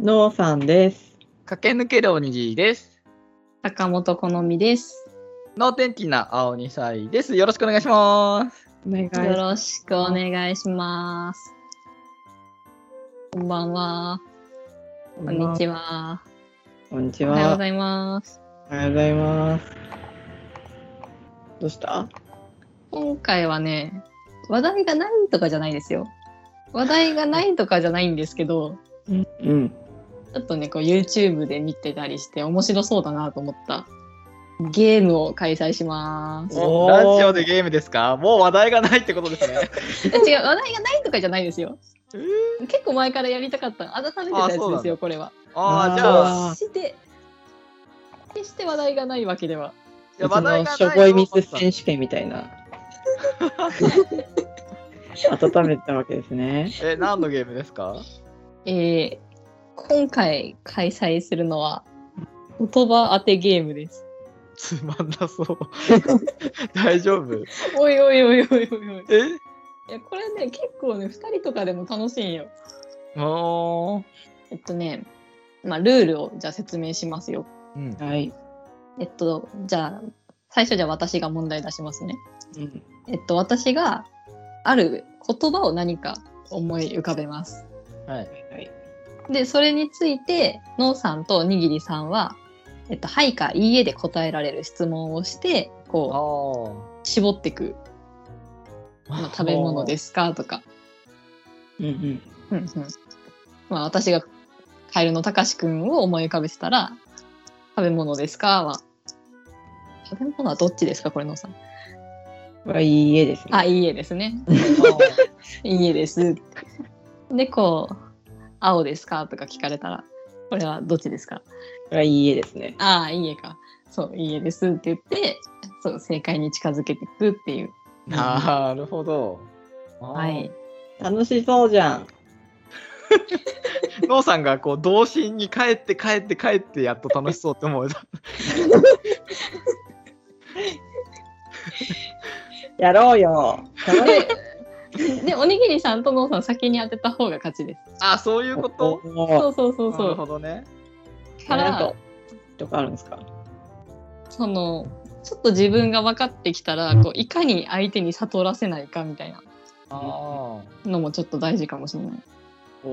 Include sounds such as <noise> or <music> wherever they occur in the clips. のうさんです。駆け抜けるおにぎりです。坂本好みです。脳天気な青二歳です。よろしくお願いします。お願いしまよろしくお願いします。こんばんは。す。こんにちは。こんにちおはようは。ございます。おはようございます。どうした今回はね、話題がないとかじゃないですよ。話題がないとかじゃないんですけど、うん。ちょっとね、こう YouTube で見てたりして面白そうだなと思ったゲームを開催 <laughs> します。おーラジオでゲームですかもう話題がないってことですね。え違う、話題がないとかじゃないですよ。結構前からやりたかった、温めてたやあそうつなでんすだよ、これは。 <laughs> ああーあ、じゃあ、して、決して話題がないわけでは。いや話題がしょなぼいいよ水選手権みたいな。 <laughs> 温めたわけですね。え、何のゲームですかえー今回開催するのは言葉当てゲームです。つまん <laughs> なそう。大丈夫おいおいおいおいおいおい。えいやこれね結構ね2人とかでも楽しいんよ。おー。えっとね、まあ、ルールをじゃあ説明しますよ。うん、はい。えっとじゃあ最初じゃあ私が問題出しますね。うん。えっと私がある言葉を何か思い浮かべます。はい。はい。でそれについてのうさんとおにぎりさんは、えっと、はいかいいえで答えられる質問をしてこうあ。絞っていく、まあ、食べ物ですすかとか、うんうん。うんうんまあ、私がカエルのたかしくんを思い浮かべてたら「食べ物ですか?」は「食べ物はどっちですかこれのさん」これはいい家ですね。あ「いいえですね」 <laughs> 「 <laughs> いいえです」でこう「青ですか?」とか聞かれたら「これはどっちですか?これはいい家ですね」。ああ「いいえか」そう「いいえです」って言ってそう正解に近づけていくっていう。なるほど。は、。はい楽しそうじゃん。ノーさんがこう童心に帰って帰って帰ってやっと楽しそうって思う。やろうよ。楽しいでおにぎりさんとのうさん先に当てた方が勝ちです。あ、そういうことそうそうそうそなるうほ。どね。かあらととかあるんですかそのちょっと自分が分かってきたらこういかに相手に悟らせないかみたいなああ。のもちょっと大事かもしれない。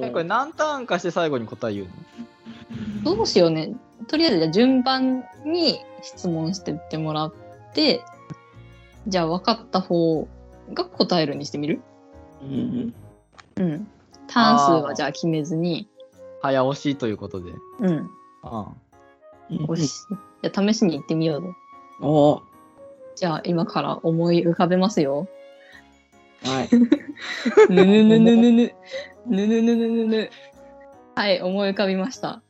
えこれ何ターンかして最後に答え言うのどうしようねとりあえずじゃあ順番に質問してってもらってじゃあ分かった方が答えるにしてみるうんうん。うん。ターン数あはーじゃあ決めずに。早押しということで。うん。あうんよし。じゃあ試しに行ってみようぞ。おーじゃあ今から思い浮かべます <laughs> よ。はい。ぬぬぬぬぬぬ。ぬぬぬぬぬぬ。はい、思い浮かびました。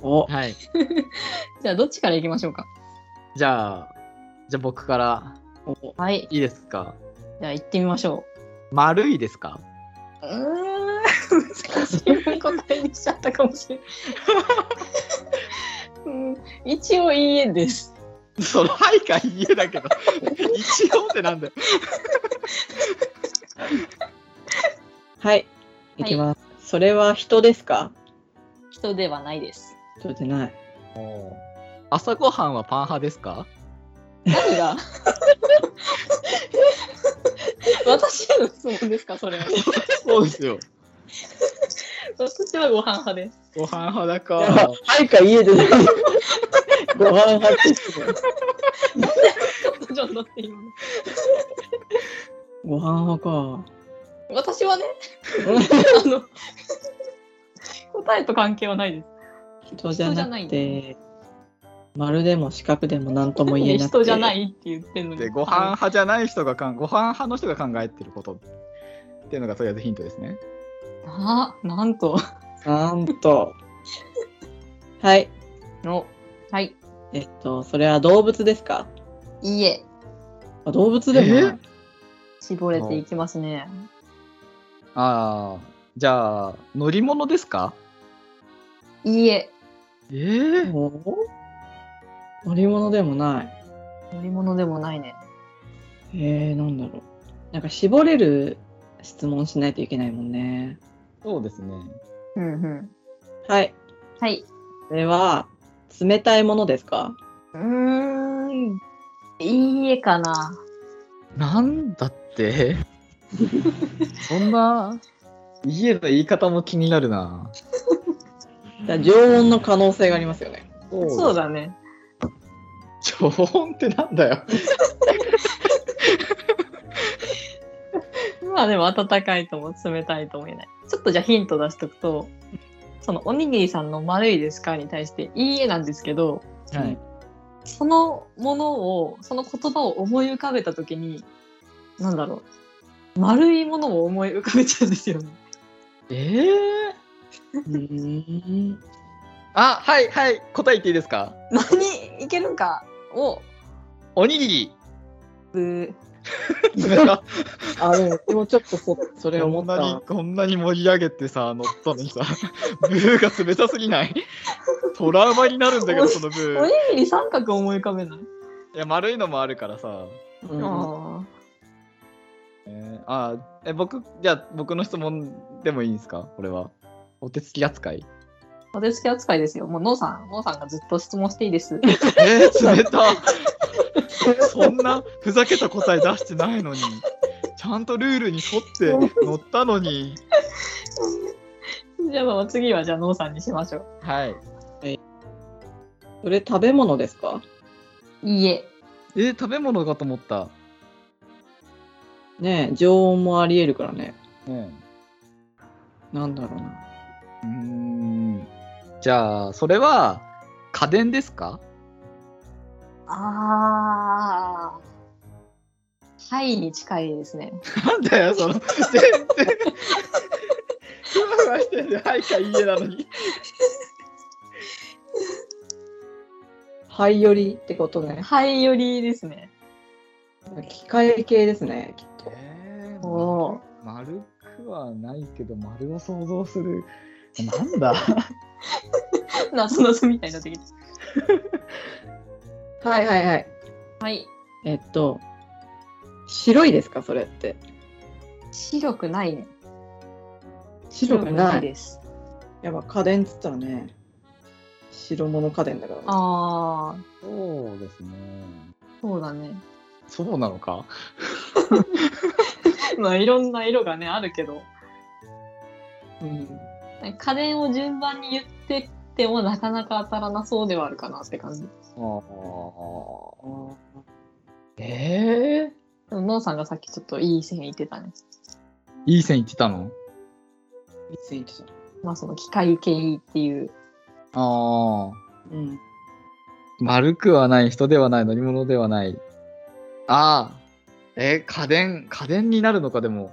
おあはい。じゃあどっちから行きましょうか。じゃあ、じゃあ僕からおはい、いいですかじゃあ行ってみましょ丸いですかう。うーん、難しい <laughs> 答えにしちゃったかもしれない。うん、一応いいえです。 <laughs> そのはいか家だけど。 <laughs> 一応ってなんだよ。はい。いきます。それは人ですか人ではないです。人じゃない。朝ごはんはパン派ですか何が <laughs> 私への質問ですかそ <laughs> れは。そうですよ。私はご飯派です。ご飯派だいや <laughs> はいか家でない。ご飯派ですね。ちょっと待って今のご飯派か。 <laughs> 私はね、 <laughs> あの答えと関係はないです。人じゃなく人じて、丸でも四角でも何とも言えなくて。。人じゃないいって言ってるのに。で、ご飯派じゃない人がかん、ご飯派の人が考えてることっていうのがとりあえずヒントですね。あ、なんと。なんと。はい。の。はい。えっと、それは動物ですかいいえ。あ動物でもない。絞れていきますね。ああ。じゃあ、乗り物ですかいいえ。ええおー乗り物でもない。乗り物でもないね。えー、なんだろう。なんか絞れる質問しないといけないもんね。そうですね。うんうん。はい。はい。これは、冷たいものですかうーん、いいえかな。なんだってそんな、家の言い方も気になるな。 <laughs> だから常温の可能性がありますよね。そうだね。常温ってなんだよ。まあでも温かいとも冷たいとも言えない。ちょっとじゃあヒント出しとくと、そのおにぎりさんの丸いですかに対していいえなんですけど、はい。そのものを、その言葉を思い浮かべたときに、なんだろう。丸いものを思い浮かべちゃうんですよね。ええうん。あ、はいはい。答え言っていいですか <laughs> 何いけるんかを、おにぎ <laughs> り。ぶあ、でも、でもちょっと <laughs> そ、それ思こっんなにた。こんなに盛り上げてさ乗ったの <laughs> にさブーが冷たすぎないトラウマになるんだけどそのブおにーぎり三角思い浮かべない、いや丸いのもあるからさ、うんあえーあーえ僕じゃあ僕の質問でもいいんですかこれはお手つき扱いあ。お手つき扱いですよ。もう、ノーさん、ノーさんがずっと質問していいです。 <laughs> えー、冷 <laughs> たそんなふざけた答え出してないのにちゃんとルールに沿って乗ったのにじゃあまあ、次はじゃあ、ノーさんにしましょう。はいそれ食べ物ですかいいえ。えー食べ物かと思った、ねえ常温もありえるからね。ねなんだろうな。うーんじゃあそれは家電ですかああ。はいに近いです <laughs> ね。なんだよその全然ふわふわしてるはいかいいえなのに灰よりってことね。はいよりですね。 <laughs> 機械系ですね、きっと。えーおー丸くはないけど丸を想像するなんだ謎謎みたいになってきて。はいはいはい。はい。えっと、白いですか、それって。白くないね。白くない。です。やっぱ家電っつったらね、白物家電だから、ね。ああ、そうですねそうだね。そうなのか <laughs> まあいろんな色がね、あるけど。うん。家電を順番に言ってってもなかなか当たらなそうではあるかなって感じ。ああえでもノンさんがさっきちょっといい線言ってたね。ー、いい線いってたーのいついつだまあその機械系っていう。ああうん。丸くはない人ではない乗り物ではないああえー家電家電になるのかでも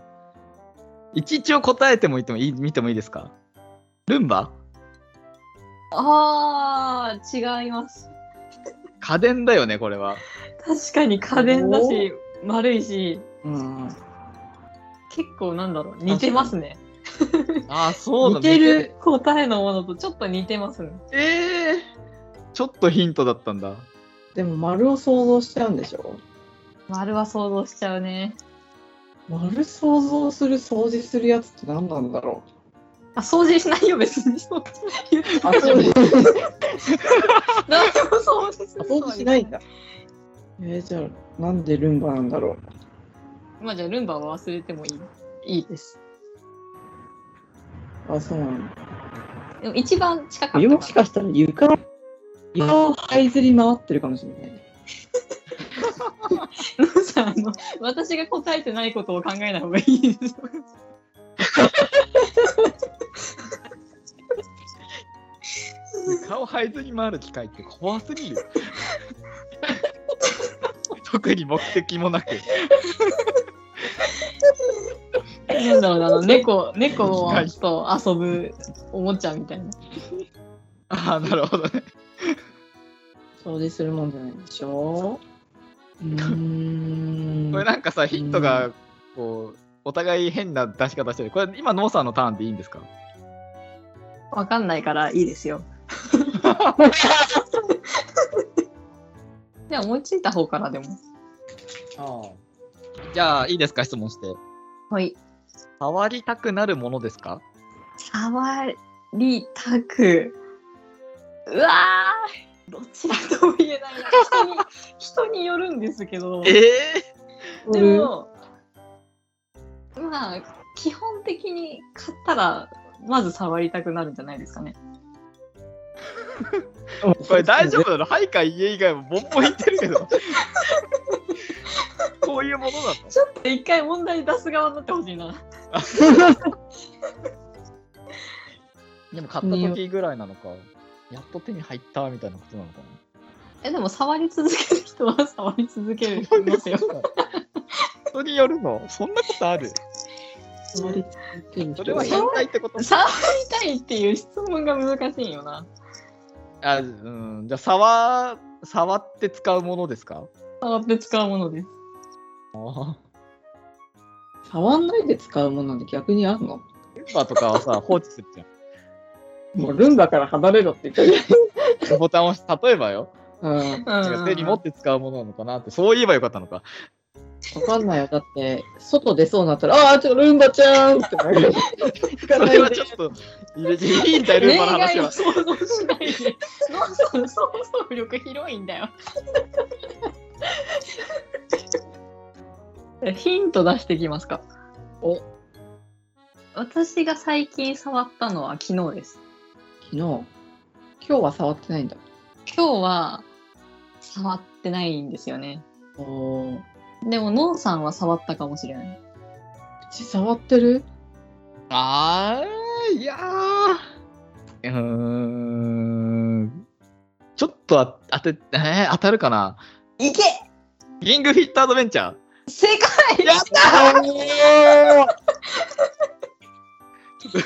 一一応答えてもいいてもいい見てもいいですかルンバああ、違います。家電だよねこれは確かに家電だし、丸いし、うん、結構なんだろう、似てますね。ああそうだ似てる答えのものとちょっと似てますね。見てえー、ちょっとヒントだったんだでも丸を想像しちゃうんでしょ丸は想像しちゃうね。丸想像する掃除するやつって何なんだろあ、掃除しないよ、別に。そう <laughs> 言ってうたあでしそうょです何でも掃除する。掃除しないんだえー、じゃあなんでルンバなんだろまあじゃあ、ルンバは忘れてもいい。いいです。うあそうなんだでも一番近かったもしかしたら床床を這いずり回ってるかもしれないノンさん <laughs> あの私が答えてないことを考えない方がいいですよ。顔生えずに回る機械って怖すぎる <laughs> 特に目的もなくなんだろうな、あの猫、猫と遊ぶおもちゃみたいな。ああなるほどね掃除するもんじゃないでしょうーんこれなんかさ、ヒントがこうお互い変な出し方してる。これ今、ノーさんのターンでいいんですかわかんないからいいです <laughs> よ。では思いついた方からでも。じゃあ、いいですか、質問して。はい。触りたくなるものですか触りたくうわーどちらとも言えないな人に人によるんですけどえでえもまあ基本的に買ったらまず触りたくなるんじゃないですかね。これ大丈夫なのはいか家以外もボンボン言ってるけど。こういうものなのちょっと一回問題出す側になってほしいな。でも買った時ぐらいなのか、やっと手に入ったみたいなことなのかえでも触り続ける人は触り続けるな。 <laughs> ますよ。人によるのそんなことある触り続けそれはる変人態ってこと触りたいっていう質問が難しいよな。あ、うん、じゃあ触、触って使うものですか触って使うものです。あ触んないで使うものなんて逆にあんのルンバとかはさ、放置するじゃもうルンバから離れろって <laughs> 言ってん。ボタンを押し、例えばよ。うん。う違う手に持って使うものなのかなって、そう言えばよかったのか。わかんないよ。だって、外出そうになったら、ああー、ちょっとルンバちゃんってなる。それはちょっと、いいんだよ、ルンバの話は。想像しないで。想像力広いんだよ。ヒント出してきますか。お私が最近触ったのは昨日です。昨日、今日は触ってないんだ。今日は触ってないんですよね。おお。うでも、ノンさんは触ったかもしれない。ち触ってるあー、いやー。うーん。ちょっとあ当て、えー当たるかないけリングフィットアドベンチャ正解ー。やったーちょっと、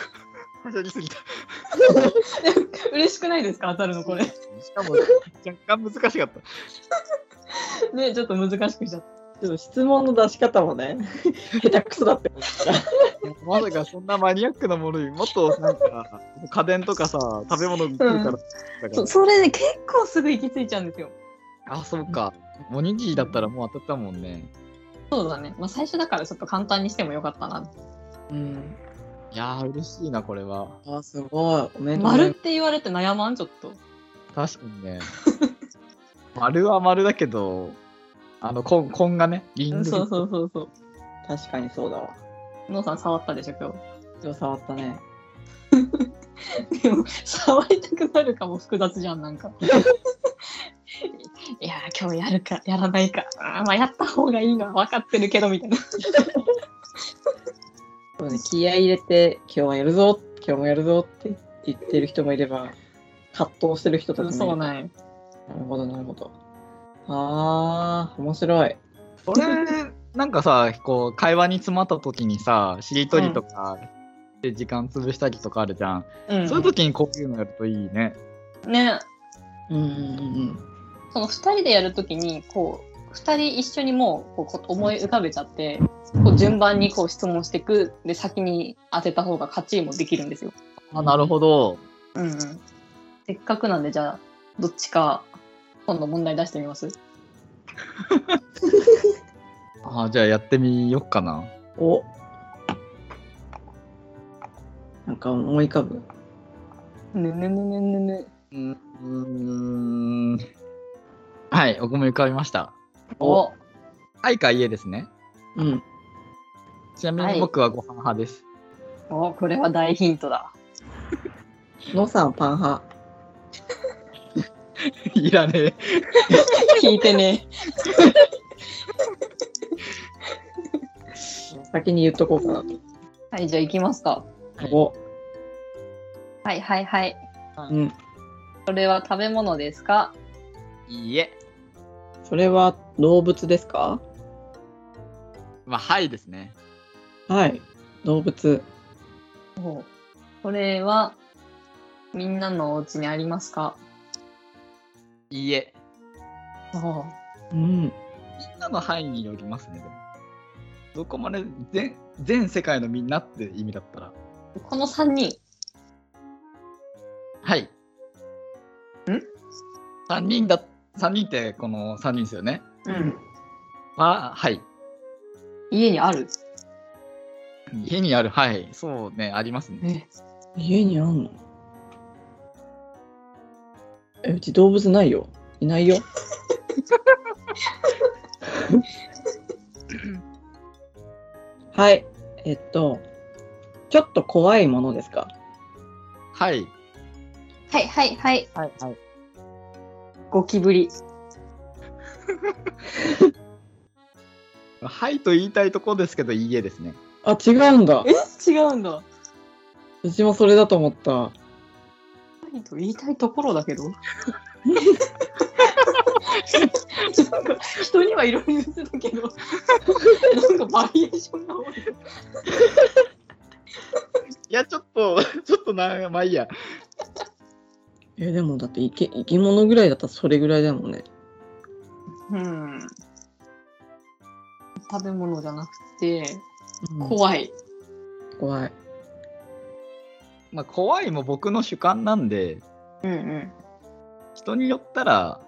はしゃぎすぎた。嬉しくないですか当たるのこれ。しかも、若干難しかった。ねちょっと難しくしちゃった。ちょっと質問の出し方もね、下手くそだって。 <laughs> まさかそんなマニアックなものよりもっとなんか家電とかさ食べ物食うから、だからそそれで結構すぐ行き着いちゃうんですよ。あそうかおにぎりだったらもう当たったもんねそうだね。まあ、最初だからちょっと簡単にしてもよかったな。うん。いやー嬉しいなこれはあー、すごい。おめでとうござい丸っます。て言われて悩まんちょっと。確かに <laughs> ね丸は丸だけどあのコンコンがねリングそうそうそうそう。確かにそうだわ。ノーさん触ったでしょ今今日触ったね。日。でも触りたくなるかも複雑じゃんなんか。 <laughs> いやー今日やるかやらないかあーまあやった方がいいのは分かってるけどみたいな。そうね、気合い入れて、今日はやるぞ、今日もやるぞって言ってる人もいれば、葛藤してる人たちもいる。そうなない。るほど、なるほど。あー、面白い。これなんかさこう会話に詰まった時にさしりとりとかで時間潰したりとかあるじゃん、うんそういう時にこういうのやるといいねねうんうんうんその2人でやるときにこう2人一緒にもうこうこう思い浮かべちゃってこう順番にこう質問していくで先に当てた方が勝ちもできるんですよ。あなるほどうんうん、せっかくなんでじゃあどっちか今度問題出してみますあじゃあやってみよっかなうん。おなんか思い浮かぶ。ぬぬぬぬぬぬうーんはい、お米浮かびました。お愛か家ですね。うん。ちなみはにい僕はご飯派です。 <laughs> おこれは大ヒントだ。のさんパン派。い、らねえ。聞いてね。先に言っとこうかなと。 <laughs> はいじゃあ行きますか。はいおはいはいはい。うん。これは食べ物ですかいいえ。それは動物ですかまあ、はいですね。はい。動物。これはみんなのお家にありますかいいえ。おうん。みんなの範囲によりますね。でもどこまで全全世界のみんなって意味だったら。この3人。はい。ん ?3 人だ、三人ってこの3人ですよね。うん。まあ、はい。家にある。家にある、はい。そうね、ありますね。家にあんのえうち動物ないよ。いないよ。はい。えっと、ちょっと怖いものですかはい。はいはいはい。はいはい。ゴキブリ。はいと言いたいとこですけど、いいえですね。あ、違うんだ。え違うんだ。うちもそれだと思った。ないと言いたいところだけど。なんか人にはいろいろ言ってたけど、なんかバリエーションが多い。いや、ちょっと、 <laughs> ちょっとな、まあいいや。え、でもだって生き生き物ぐらいだったらそれぐらいだもんね。うん。食べ物じゃなくて、うん怖い。怖い。まあ、怖いも僕の主観なんで、うんうん。人によったら、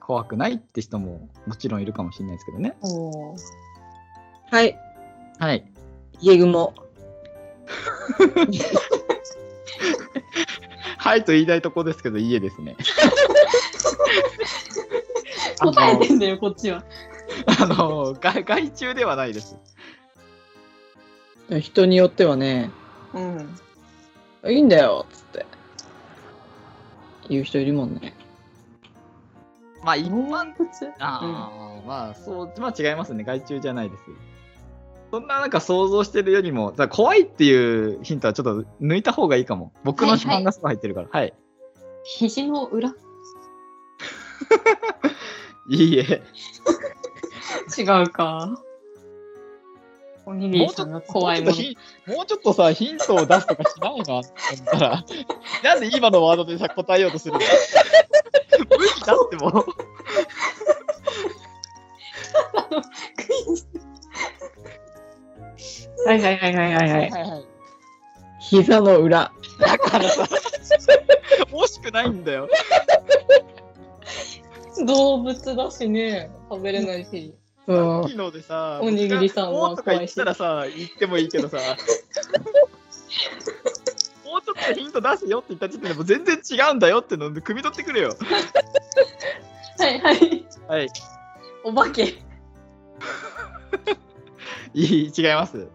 怖くないって人ももちろんいるかもしれないですけどね。おーはい。はい。家雲。はいと言いたいとこですけど、いいえですね。あの <laughs> 答えてんだよ、こっちは。あの、 <laughs> 害害虫ではないです。人によってはね、うん。いいんだよっつって。言う人いるもんね。まあ、一般普通。ああ、まあそう、まあ違いますね。害虫じゃないです。そんななんか想像してるよりも、だから怖いっていうヒントはちょっと抜いた方がいいかも。僕はのい主観がすごい入ってるから。はい、肘の裏違い。いえ。うか。おにぎりさんが怖いももうの。ちょっとヒンもうちょっとさ、ヒントを出すとかしないのかったら、なんで今のワードでさ、答えようとするの無理だってもう。はいはいはいはいはいはい。いはい。膝の裏。だからさ、惜しくないんだよ。動物だしね食べれないしそうさっ。きのでさ、おにぎりさんはもうとか言ったらさ、言ってもいいけどさ、もうちょっとヒント出すよって言った時点でもう全然違うんだよってのを汲み取ってくれよ。はいはいはい、お化け違いい違います。う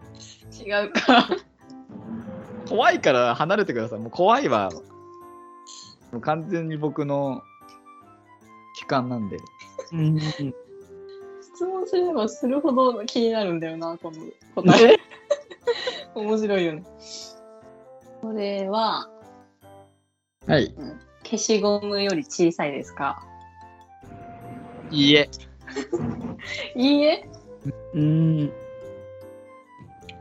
か怖いから離れてください。もう怖いは、もう完全に僕の主観なんで。うん質問すればするほど気になるんだよなこの答えね面白いよねこれははい。消しゴムより小さいですかいいえ。いいえうん。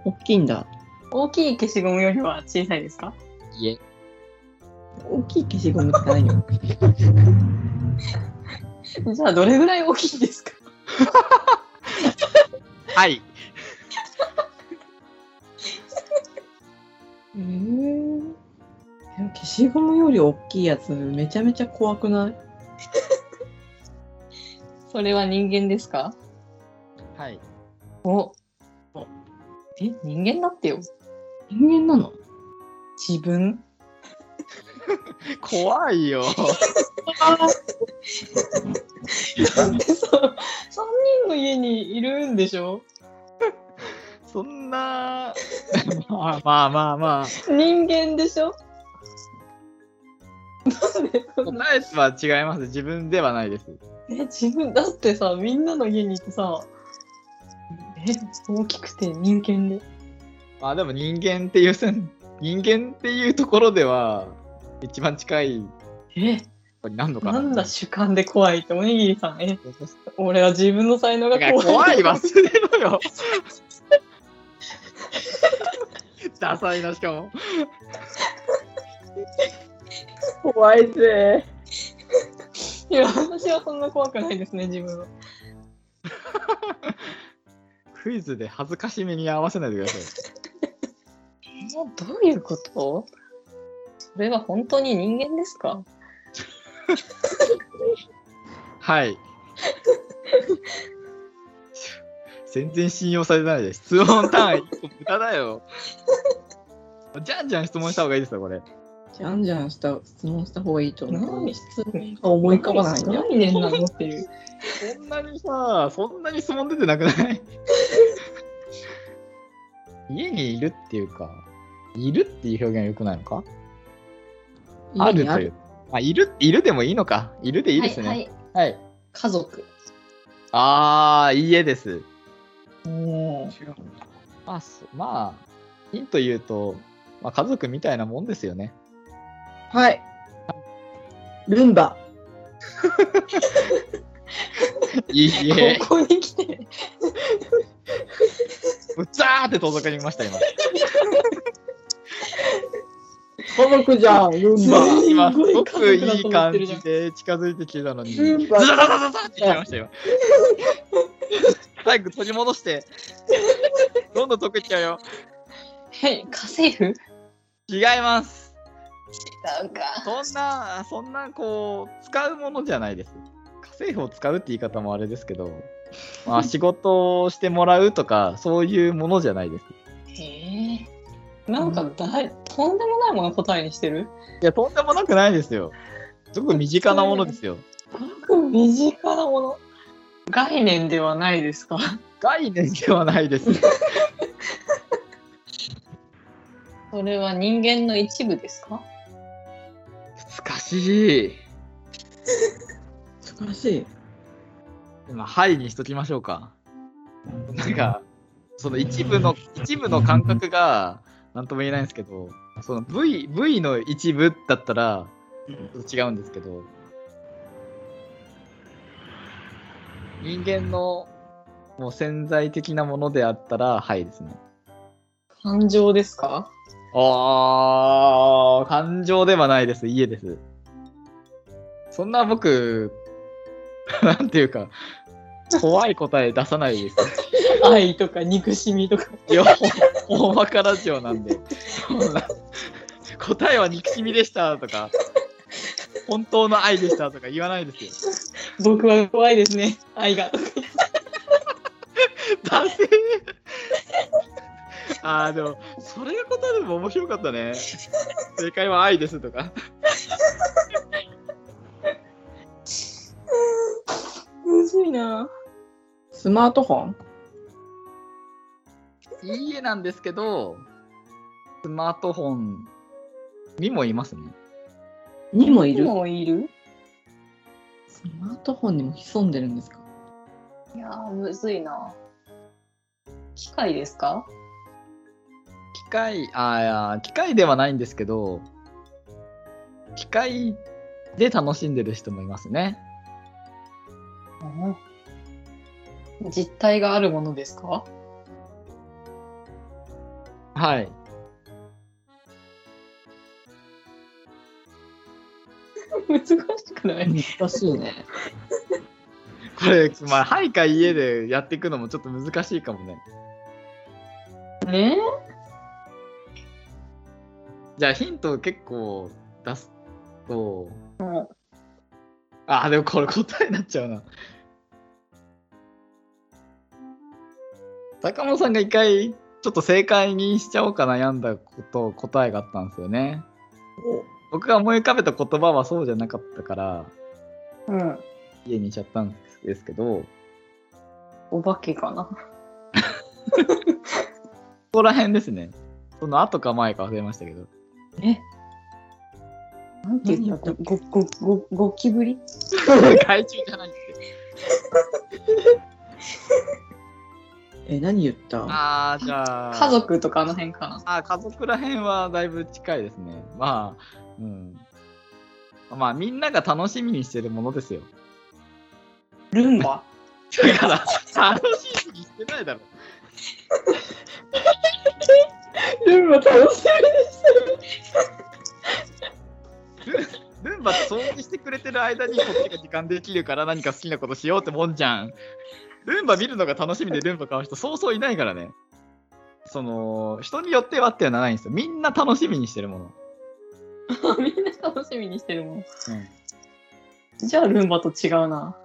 大きいんだ。大きい消しゴムよりは小さいですかいいえ。大きい消しゴムってないよ。じゃあどれぐらい大きいですかはい。 <laughs> えー、でも消しゴムより大きいやつめちゃめちゃ怖くないそれは人間ですかはい。おえ人間だってよ人間なの自 <laughs> 分怖い <laughs> よ。だってさ、3人の家にいるんでしょそんな、まあまあまあまあ。人間でしょなんでそんな答えは違います。自分ではないです。え自分だってさみんなの家にいてさえ大きくて人間でまあでも人間っていう線、人間っていうところでは、一番近いこえとになるのかなな。んだ主観で怖いっておにぎりさんえだ俺は自分の才能がから怖い怖い忘れろよ。 <laughs> ダサいな、しかも。怖いぜ。いや私はそんな怖くないですね自分はクイズで恥ずかしめに合わせないでくださえどういうことそれは本当に人間ですい。かはい。全然信用されないで質問単位、豚だよ。じゃんじゃん質問した方がいいですよ、これ。じゃんじゃんした質問した方がいいと思う何。質問あ思い浮かばないんだ何年なのっていう。そんなにさ、そんなに質問出てなくない <laughs> 家にいるっていうか、いるっていう表現は良くないのかあるという。あ、いる、いるでもいいのか。いるでいいですね。は、はい。はいい、家族。あー、家です。もまあ、そまあ、ヒント言うと、まあ、家族みたいなもんですよね。はい。ルンバ。いい <laughs> え、ここに来て。うざーって遠ざかりました、今。家族じゃん、ルンまあバ。今すすごごいく家族だいいと思っ感てるじゃんじで近づいてきてたのに、スズーザパーザザザザって言っちゃいまし <laughs> たよ。最後取り戻して、どんどん溶けちゃうよ。はい、家政婦違います。違うか。そんな、そんなこう、使うものじゃないです。家政婦を使うって言い方もあれですけど、 <laughs> まあ、仕事をしてもらうとか、そういうものじゃないです。へえ。なんかだい、とんでもないもの答えにしてる。いや、とんでもなくないです <laughs> よ。すごく身近なものですよ。ごく身近なもの。概念ではないですか。概念ではない <laughs> です。それは人間の一部ですか難しい。難しい。今、はいにしときましょうか。なんか、その一部の、一部の感覚が、なんとも言えないんですけど、その V、V の一部だったら、ちょっと違うんですけど、人間の、もう潜在的なものであったら、はいですね。感情ですかあー、感情ではないです。家です。そんな僕、 <laughs> なんていうか、怖い答え出さないです。愛とか憎しみとか。いや、ほんまかラジオなんで。そんな答えは憎しみでしたとか、本当の愛でしたとか言わないですよ。僕は怖いですね。愛が。だせーあー、でも、それが答えでも面白かったね。正解は愛ですとか。むずいな。スマートフォンいいえなんですけど、スマートフォンにもいますね。にもいるもういるスマートフォンにも潜んでるんですかいやー、むずいな。機械ですか機械、あーいやー機械ではないんですけど、機械で楽しんでる人もいますね。実体があるものですかはい。 <laughs> 難しくない難しいね。これ、まあ、はいか家でやっていくのもちょっと難しいかもね。ねじゃあヒント結構出すと。あ、でもこれ答えになっちゃうな。坂本さんが一回、ちょっと正解にしちゃおうか悩んだこと、答えがあったんですよね。僕が思い浮かべた言葉はそうじゃなかったから、うん。家にしちゃったんですけど、こお化けかな。こら辺ですね。その後か前か忘れましたけ <laughs> ど。なんて言ったご、ご、ご、ゴキブリ害虫じゃないって。え、何言ったああ、じゃあ。家族とかあの辺かな。あ家族らへんはだいぶ近いですね。まあ、うん。まあ、みんなが楽しみにしてるものですよ。ルンバ。だから、楽しみにしてないだろ。ルンバ楽しルンバって掃除してくれてる間にこっちが時間できるから何か好きなことしようってもんじゃん。ルンバ見るのが楽しみでルンバ買う人そうそういないからね。その、人によってはっていうのはないんですよ。みんな楽しみにしてるもの。 <laughs> みんな楽しみにしてるもん。うんじゃあルンバと違うな。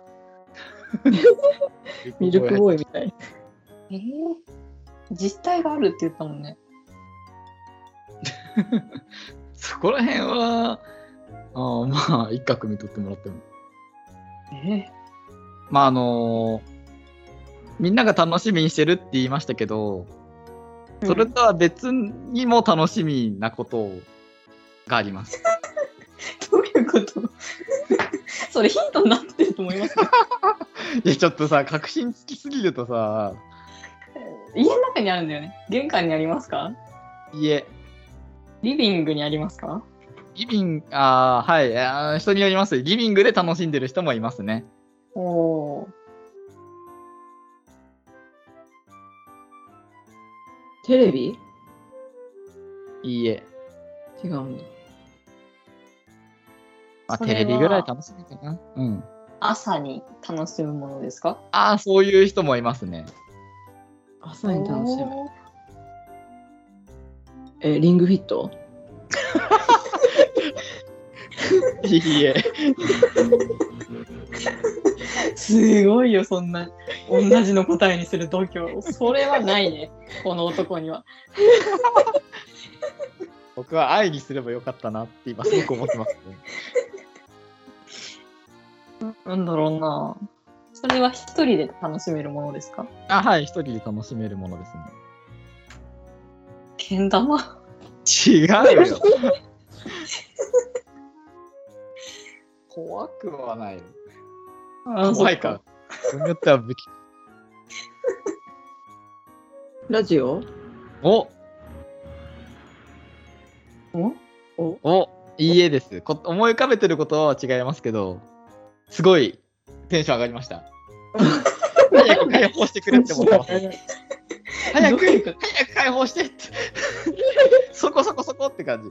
ミルクボーイみたい。えー、実体があるって言ったもんね。そこら辺は、あまあ、一角見とってもらっても。えまあ、あのみんなが楽しみにしてるって言いましたけど、それとは別にも楽しみなことがあり <laughs> ます。どういうこと <laughs> それヒントになってると思いますけどいや、ちょっとさ、確信つきすぎるとさ、 <laughs> 家の中にあるんだよね。玄関にありますかいえ、リビングにありますかリビング、あーはいあー、人によります。リビングで楽しんでる人もいますね。おおテレビいいえ、違うんだ。まあ、それテはレビぐらい楽しみかな。うん。ー。朝に楽しむものですかああ、そういう人もいますね。朝に楽しむ。おーえ、リングフィットいい <laughs> え、すごいよ、そんな。 <laughs> 同じの答えにする度胸。それはないね、この男には。僕は愛にすればよかったなって今すごく思ってます、ね。なんだろうな。それは一人で楽しめるものですか <laughs> あはい、一人で楽しめるものですね。けん玉違うよ。怖くはないよ。怖いか。。分によっては武器。ラジオおおおおいいえですこ。思い浮かべてることは違いますけど、すごいテンション上がりました。早く解放してくれって思ってます。早く、どういうこ早く解放してって。 <laughs> そこそこそこって感じ。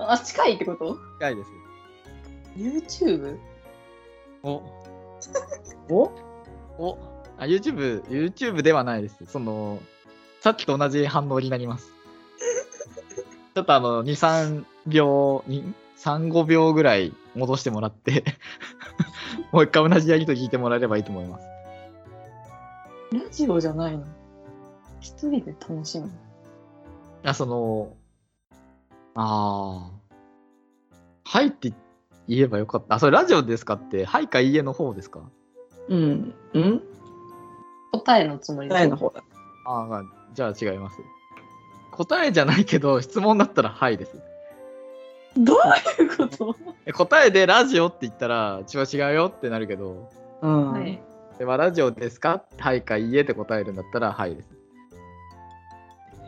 あ、近いってこと近いです。 ?YouTube? おおおあ YouTube、YouTube ではないです。その、さっきと同じ反応になり <laughs> ます。ちょっとあの、2、3秒、に3、5秒ぐらい戻してもらって、 <laughs> もう一回同じやりと聞いてもらえればいいと思います。ラジオじゃないの。一人で楽しむ。あ、その、ああ、はいって言えばよかった。あ、それラジオですかって、はいかいいえの方ですかうん。うん答えのつもりで答えすの。方だ。ああ、じゃあ違います。答えじゃないけど、質問だったらはいです。どういうことえ答えでラジオって言ったら、違う違うよってなるけど、うん。はい。ではラジオですかはいかいいえって答えるんだったら、はいです。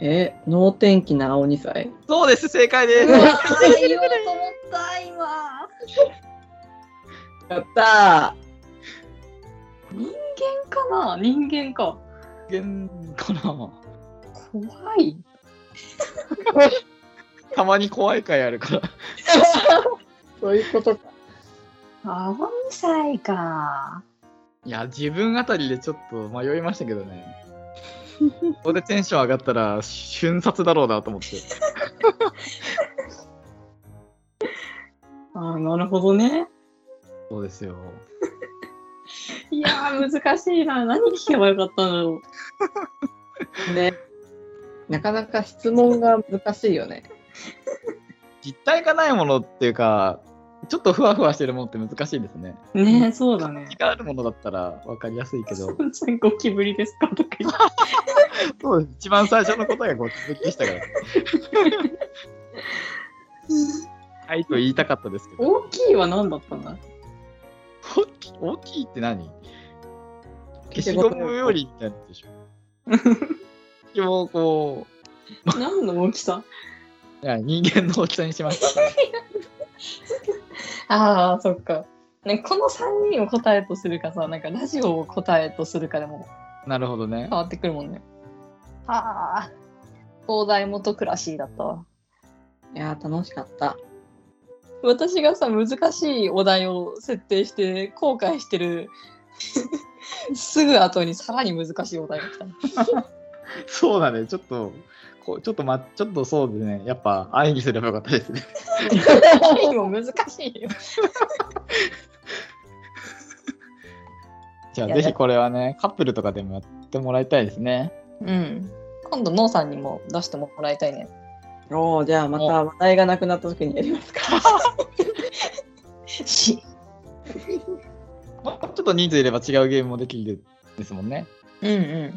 え、能天気な青2歳そうです、正解でうす。わ言おうと思った、今。やった人間かな人間か。人間かな怖い。たまに怖い回あるから。ーそういうことか。あ、2歳か。いや、自分あたりでちょっと迷いましたけどね。ここでテンション上がったら、瞬殺だろうなと思って。あーなるほどね。そうですよ。いやー、難しいな。何聞けばよかったんだろう。ね。なかなか質問が難しいよね。実体がないものっていうか、ちょっとふわふわしてるものって難しいですね。ねえ、そうだね。 <laughs> 気があるものだったら分かりやすいけど、ちゃんゴキブリですかとか言って。そうです一番最初の答えがごきぶりでしたから。はいと言いたかったですけど、大きいは何だった <laughs> んだ大きい大きいって何消しゴムよりみたいなやつでしょ。でもこ何の大きさう、いや人間の大きさにしました。ああ、そっか。ね、この3人を答えとするかさ、なんかラジオを答えとするかでもなるほどね変。わってくるもんね。はあ。東大元暮らしだったわ。いやー、楽しかった。私がさ、難しいお題を設定して後悔して <laughs> るすぐ後にさらに難しいお題が来た。 <laughs> そうだね、ちょっと、こうちょっと、ま、ちょっとそうでね、やっぱ愛にすればよかったですね。も難しいよ。じゃあいやぜひこれはね、カップルとかでもやってもらいたいですね。うん。 <laughs> 今度、ノーさんにも出してもらいたいね。おおじゃあまた話題がなくなった時にやりますか。し、まあ、ちょっと人数いれば違うゲームもできるですもんね。うんう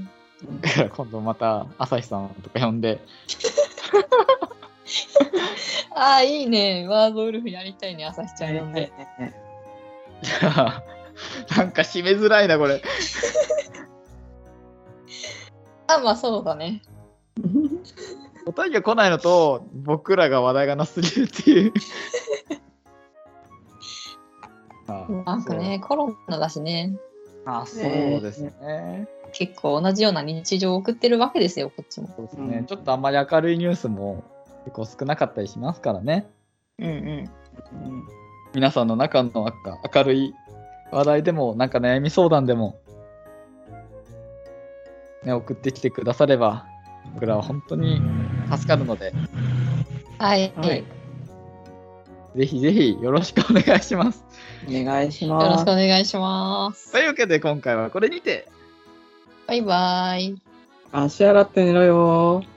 ん。だから <laughs> 今度また朝日さんとか呼んで、 <laughs> ああ、いいね。ワードウルフやりたいね、朝日ちゃん呼んで。 <laughs> じゃあなんか締めづらいな、これ。あ、まあそうだね。お便りが来ないのと、僕らが話題がなすぎるって <laughs> いう。あなんかね、コロナだしね、あそうですね。結構同じような日常を送ってるわけですよ、こっちも。そうですね。ちょっとあんまり明るいニュースも結構少なかったりしますからね。うんうん。うん皆さんの中の明明るい話題でも、なんか悩み相談でも、ね、送ってきてくだされば、僕らは本当に助かるので、はい。はいよぜひぜひよろしくお願いします。お願いしろましすくお。願いします。というわけで今回はこれにて、バイバイ。足洗って寝ろよー。